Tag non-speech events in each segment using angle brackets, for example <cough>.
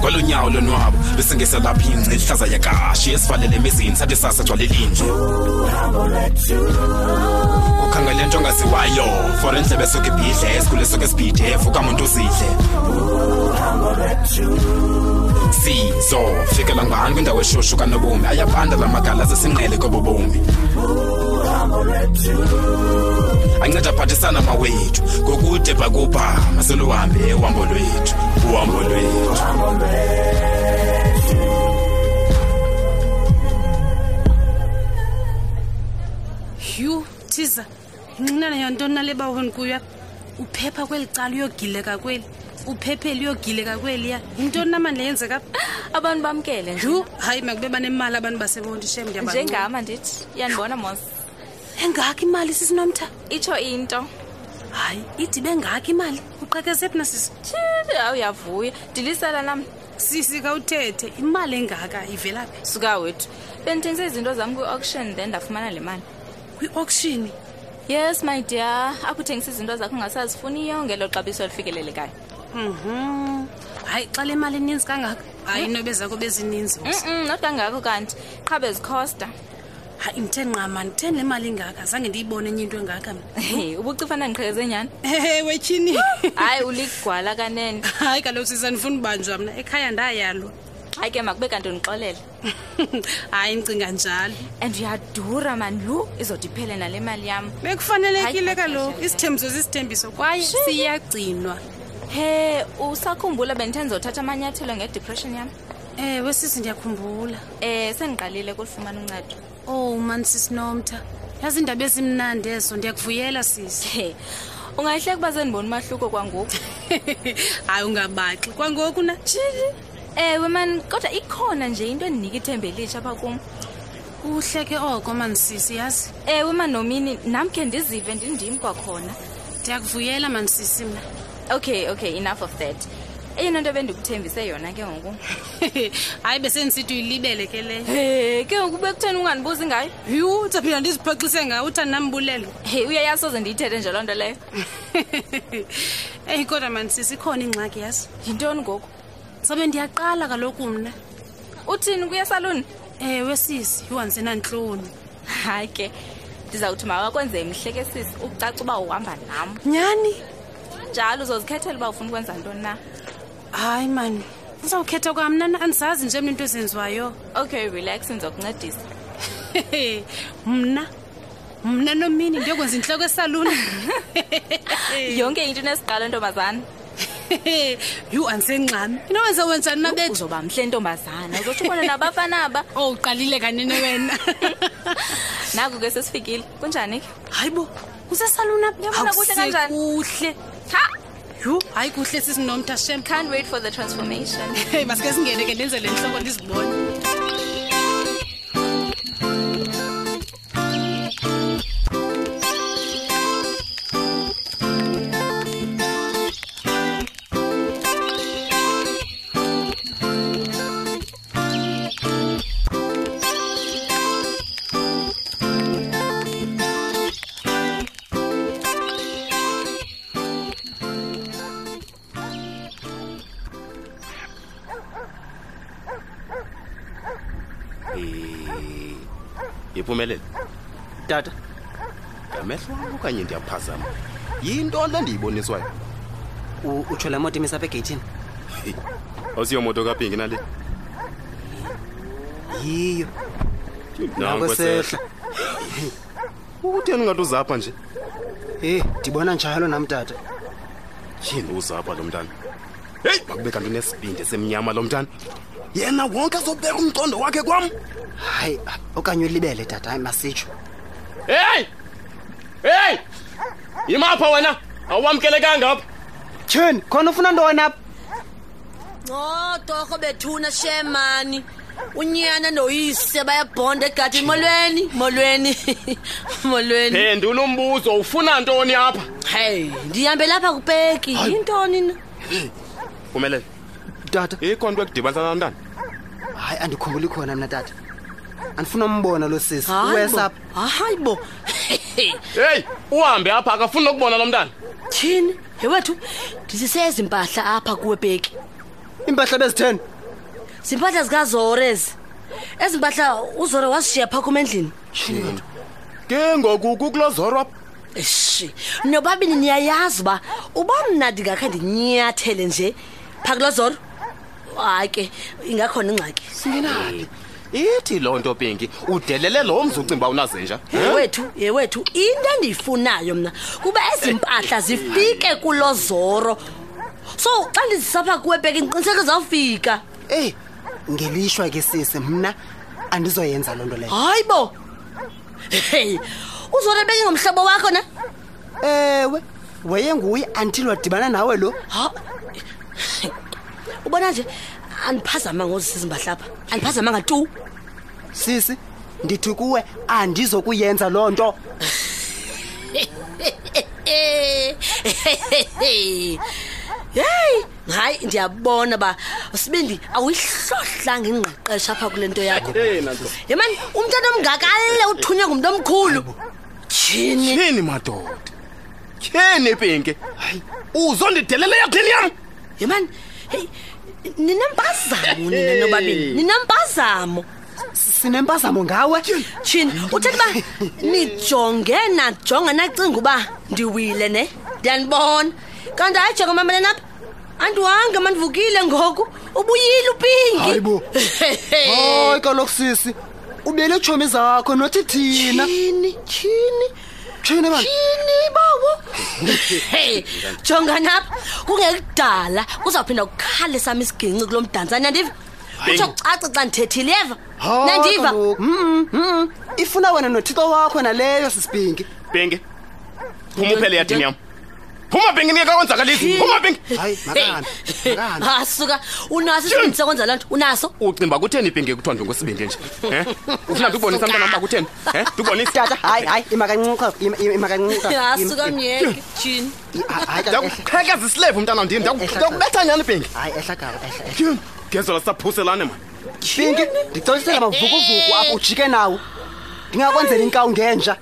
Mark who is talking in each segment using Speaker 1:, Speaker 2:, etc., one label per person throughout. Speaker 1: kwalonyawo lonwabo besingesa lapha ingci ihlaza yakashi esivalele emizini sathi sasa gcwale linje ukhangele nto ongaziwayo for endlebe esuke ibhidle esikhule esuke esibhidef ukamuntu uzidle sizo fikela ngani kwindawo eshushu kanobomi ayabanda la magala zesinqele kobobomi anceda aphathisana mawethu ngokude bhakubha maseluhambe uhambo lwethu uhambo lwethu
Speaker 2: yhu thiza inxinana yantoni nale bawoni kuya uphepha kweli cala uyogileka kweli uphephele uyogileka kweliya yintoni namani le yenzeka apha?
Speaker 3: abantu bamkele nje.
Speaker 2: yhu hayi makube banemali abantu basebonto shem ndiyaba
Speaker 3: njengam andithi iyandibona mos
Speaker 2: engakho imali sisinomtha
Speaker 3: itsho into
Speaker 2: hayi idibe ngakho imali uqhekeze phina sisi
Speaker 3: Tshiri, hawu uyavuya ndilisela nam
Speaker 2: sisi khawuthethe imali engaka ivela phi
Speaker 3: suka wethu bendithengise izinto zam kwi-auction then ndafumana le mali
Speaker 2: kwi-auction
Speaker 3: yes my dear akuthengisa izinto zakho ungasazifuniyo ngelo xabiso elifikelelekayo
Speaker 2: Mhm. hayi xa le mali ininzi kangaka Eh. hayi nobe zakho bezininzi Vusi.
Speaker 3: mm not kangako kanti qha bezikhosta
Speaker 2: hayi ndithe nqama nditheni le mali ingaka zange ndiyibone enye into engaka mna
Speaker 3: ubucifana ndiqhekezenyani
Speaker 2: ewe tyhini
Speaker 3: hayi uligwala kanene
Speaker 2: hayi kaloku sisa ndifuna ubanjwa mna ekhaya ndayalwa
Speaker 3: hayi ke makube kanti ndixolele
Speaker 2: <laughs> hayi ndicinga njalo
Speaker 3: and uyadura mani lu izode iphele nale mali yam
Speaker 2: bekufanelekile
Speaker 3: Hayi,
Speaker 2: kaloku
Speaker 3: hayi,
Speaker 2: isithembiso sisithembiso kwaye
Speaker 3: Shit.
Speaker 2: siyagcinwa
Speaker 3: he usakhumbula bendithe ndizothatha amanyathelo ngedepression yam
Speaker 2: ewe sisi ndiyakhumbula
Speaker 3: um sendiqalile kulufumana uncedo
Speaker 2: ow mani sisinomtha yazi iindaba ezimnandi eso ndiyakuvuyela sisi <laughs>
Speaker 3: he Eh, ungayihleka uba sendibona umahluko kwangoku
Speaker 2: hayi ungabaxi kwangoku na
Speaker 3: tshili ewe mani Eh, kodwa ikhona nje into endinika ithemba elitsha apha kum
Speaker 2: uhleke oko mani sisi yazi
Speaker 3: ewe mani Eh, nomini nam khe ndizive ndindim kwakhona
Speaker 2: ndiyakuvuyela mani sisi mna <laughs>
Speaker 3: okay okay enough of that eyona nto bendikuthembise yona ke ngoku
Speaker 2: hayi besendisithi uyilibele ke leyo
Speaker 3: he Eh, ke ngoku bekutheni ungandibuzi ngayo
Speaker 2: yhu ndizaphinda ndiziphoxise ngawo uthanda nambulelo
Speaker 3: he uyayazi soze ndiyithethe nje loo nto leyo
Speaker 2: <laughs> eyi kodwa mani sisi ikhona ingxaki yazi
Speaker 3: yintoni ngoku
Speaker 2: sobe ndiyaqala kaloku mna
Speaker 3: uthini kuyesaluni
Speaker 2: ewe sisi yhu andisenantloni
Speaker 3: hayi ke ndizawuthi mawakwenze mhlekesisi ukucaca uba uhamba nam
Speaker 2: nyhani
Speaker 3: njalo uzozikhethela uba ufuna ukwenza ntoni na
Speaker 2: hayi mani ndizawukhetha kwamna na andizazi nje mna into ezenziwayo <laughs>
Speaker 3: okay relax ndizokuncedisa
Speaker 2: mna mna nomini ndiyokwenza intloko esalula <laughs>
Speaker 3: yonke into inesiqalo ntombazana
Speaker 2: yhu andisengxami inowenza wenjani nabethu
Speaker 3: uzoba mhle ntombazana uzotsho ubona nabafana aba
Speaker 2: ow Oh, uqalile kanene wena <laughs>
Speaker 3: naku ke sesifikile kunjani ke
Speaker 2: hayi bo usesaluna
Speaker 3: Uyabona kuhle kanjani?
Speaker 2: kuhle
Speaker 3: ha
Speaker 2: yhu hayi kuhle sisinomntu ashem
Speaker 3: can't wait for the transformation
Speaker 2: hey masike singene ke ndenze le ntloko ndizibone
Speaker 4: Eh, yiphumelele tata ngamehlo wam okanye ndiyaphazama yintoni le ndiyiboniswayo
Speaker 5: U- utsho la moto imisapha egeyithini
Speaker 4: Hey, awusiyomoto kapingi nale
Speaker 5: yiyo
Speaker 4: Nanku
Speaker 5: nakwesehla
Speaker 4: ukutheni ungathi uzapha nje
Speaker 5: heyi ndibona njalo nam tata
Speaker 4: yini uzapha lo mntana heyi makube kanti unesibindi esemnyama lo mntana yena wonke azobeka umqondo wakhe kwam
Speaker 5: hayi ah, okanye ulibele tata hayi masitsho
Speaker 6: heyi heyi yimapha wena awamkelekanga apha
Speaker 5: tyheni khona ufuna ntoni apha
Speaker 7: No, torho bethuna shemani. Unyana noyise bayabhonda egadini. Molweni, molweni. <laughs> Molweni.
Speaker 6: phendula umbuzo ufuna ntoni apha
Speaker 7: Hey, ndihambe lapha kupeki. Yintoni na?
Speaker 4: phumelele
Speaker 5: tata
Speaker 4: ikhona into ekudibanisana nomntana
Speaker 5: hayi andikhumbuli khona mna tata andifuna umbona lo sisi
Speaker 7: Hayi bo.
Speaker 5: uwesapha
Speaker 7: Hayi bo.
Speaker 6: heyi uhambe apha akafuni nokubona lo mntana
Speaker 7: tyhini yewethu ndisisezi mpahla apha kuwe bheki
Speaker 5: iimpahla bezitheni
Speaker 7: zimpahla zikazore ezi ezi mpahla uzore wazishiya phaa kum endlini
Speaker 4: ke ngoku kukulo zorwa
Speaker 7: eshi nobabini niyayazi uba uba mna ndingakhe ndinyathele nje phaa kulo zoro hayi ke ingakhona ingxaki
Speaker 4: singenaphi ithi loo nto pinki udelele loo mzi ucimba unazinja
Speaker 7: yewethu yewethu into endiyifunayo mna kuba ezi mpahla zifike kulo zoro so xa ndizisapha kuwe bheki ndiqiniseke zawufika
Speaker 5: eyi ngelishwa ke sisi mna andizoyenza loo nto leyo
Speaker 7: hayi bo hey uzore beke ngomhlobo wakho na
Speaker 5: ewe wayenguye until wadibana nawe lo
Speaker 7: ha ubona nje andiphazama ngozisizimpahlapha andiphazamanga tu
Speaker 5: sisi ndithi kuwe andizokuyenza loo nto
Speaker 7: heyi hayi ndiyabona uba sibindi awuyihlohlanga ingqeqesha apha kule nto yakho yemani umntana omngakale uthunywe ngumntu omkhulu tshini
Speaker 4: tyheni madoda tyheni pinki hayi uzondidelela eyadlini yam
Speaker 7: yemani heyi ninempazamo nina nobabini ninempazamo
Speaker 5: sinempazamo ngawe
Speaker 7: tshini uthetha uba nijonge najonga nacinga uba ndiwile ne ndiyanibona kanti hayi jonga mameleni apha andiwanga mandivukile ngoku ubuyile upinki
Speaker 5: Hayi bo.
Speaker 7: Eh.
Speaker 5: hayi kaloku sisi ubele tshomi zakho nothi thina
Speaker 7: tshini tshini
Speaker 5: tshini bani
Speaker 7: tshini bawo Hey, jonga napha kungekudala kuzawuphinda kukhale sam isiginci kulo mdantsane nandiva kutsho kucace xa ndithethile eva nandiva
Speaker 5: Oh, nandiva Mm, ifuna wena nothixo wakho naleyo sisipinki
Speaker 4: pinki phuma uphele eyadini yam phuma pinki ndingekakonzakalisi phuma pinki
Speaker 7: Eh.
Speaker 5: hayi makahambe makahambe
Speaker 7: hasuka unaso isibindi sokwenza loo nto unaso
Speaker 4: ucimba kutheni pinki kuthiwa ndingusibindi nje Eh? ufuna ndikubonisa mntanam uba kutheni Eh? ndikubonisa
Speaker 5: tata hayi hayi imakancuka
Speaker 7: <laughs>
Speaker 5: imakancuka
Speaker 7: hasuka myeke tshini
Speaker 5: eh,
Speaker 4: ndiyakuqhekeza isilevu mntanam ndim ndiyakubetha nyani pinki
Speaker 5: hayi ehla gaba ehla ehla
Speaker 4: Tyhini, ngezola sisaphuselane mani
Speaker 5: pinki ndicolisela amavukuvuku apho ujike nawo ndingakwenzela inkawu ngenja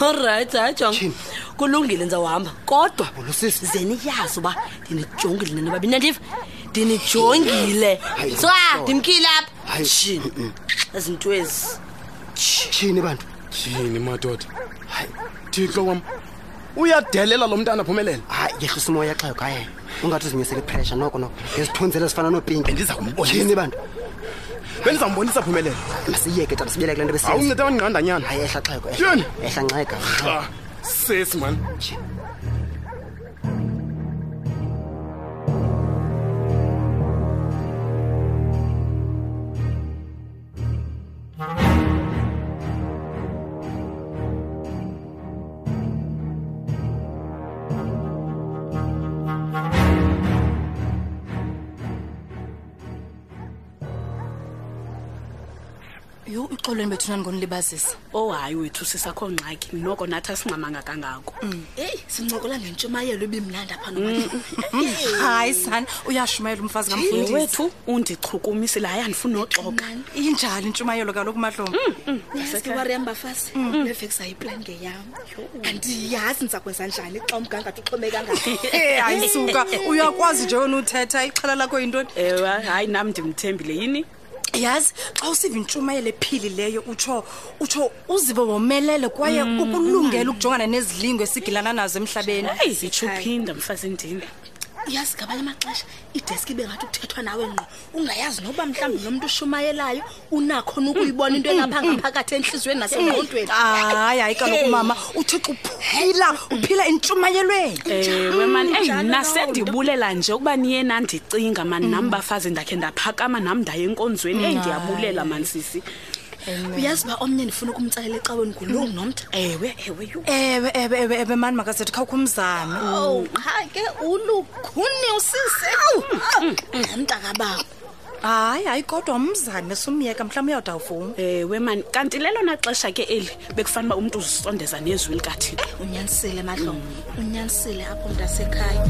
Speaker 7: olrayithi hayi jonga
Speaker 5: Tyhini.
Speaker 7: kulungile ndizawuhamba kodwa
Speaker 5: Bolo, sisi.
Speaker 7: ze niyazi uba ndinijongile nina babi nandiva ndinijongile soa ndimkile apha tshini ezinto ezi
Speaker 5: tshini bantu
Speaker 4: yini madoda hayi thixo wam uyadelela lo mntana aphumelele
Speaker 5: hayi yehlisa umoya xayo kaye ungathi uzinyisele ipressure noko noko ngezithunzelo ezifana noopinki
Speaker 4: Bendiza kumbonisa.
Speaker 5: tshini bantu
Speaker 4: bendizambonisa aphumelele
Speaker 5: masiyeke tata sibuyele kule nto besiyenza
Speaker 4: awuncede wandiqandanyana
Speaker 5: hayi ehla xeko ehla.
Speaker 4: Tyhini.
Speaker 5: ehla nceka
Speaker 4: Ah, sesi mani
Speaker 3: yho ixolweni bethu nandingonilibazisa
Speaker 2: oh hayi wethu sisakho ngxaki noko nathi asingamanga kangako
Speaker 3: eyi sincokola ngentshumayelo ibimnandi apha
Speaker 8: Hmm, hayi sana uyashumayela umfazi kamfundisi
Speaker 2: wethu Mm. undichukumisile hayi andifuni noxoka
Speaker 8: injalo intshumayelo kaloku mahlombe
Speaker 7: Hmm.
Speaker 9: nesiwari yam bafazi neveks ayiplan ngeyam andiyazi ndizakwenza njani xa umgangatho uxhomeka ngayo
Speaker 8: e ayisuka uyakwazi nje wena uthetha ixhala lakho yintoni
Speaker 2: ewe hayi nam ndimthembile yini
Speaker 8: yazi xa usiva intshumayelo ephilileyo utsho utsho uzive womelele kwaye
Speaker 2: Mm,
Speaker 8: ukulungela ukujongana nezilingo esigilana nazo emhlabeni
Speaker 2: eyi zitshuphinda mfazi ndini
Speaker 9: yazi ngabanye amaxesha <laughs> ideski ibe ngathi kuthethwa nawe ngqo ungayazi noba mhlawumbi nomntu ushumayelayo unakhona ukuyibona into engapha ngaphakathi
Speaker 7: Mm.
Speaker 9: entliziyweni nasengqondweni
Speaker 8: hayi hayi kaloku mama uthixo uphila uphila entshumayelweni
Speaker 2: ewe mani Eh, eyi
Speaker 9: njalo
Speaker 2: mna
Speaker 9: loo
Speaker 2: sendibulela nje ukuba niye nandicinga mani
Speaker 9: Mhm.
Speaker 2: nam bafazi ndakhe ndaphakama nam ndaya enkonzweni eyi ndiyabulela mani sisi
Speaker 9: uyazi uba omnye ndifuna ukumtsalela ecaweni ngulungu nomnta
Speaker 2: Mm. ewe ewe yho
Speaker 8: ewe ewe ewe ewe mani makazethu khawukho umzame
Speaker 2: Oh,
Speaker 9: ow qha ke ulukhuni usise
Speaker 2: Mm,
Speaker 9: namntakababo
Speaker 8: hayi hayi kodwa umzame sumyeka mhlawumbi uyawude awuvumi
Speaker 2: ewe mani kanti lelona xesha ke eli bekufanele uba umntu uzisondeza nezwi likathixo
Speaker 9: unyanisile mahlongo unyanisile apho mntasekhaya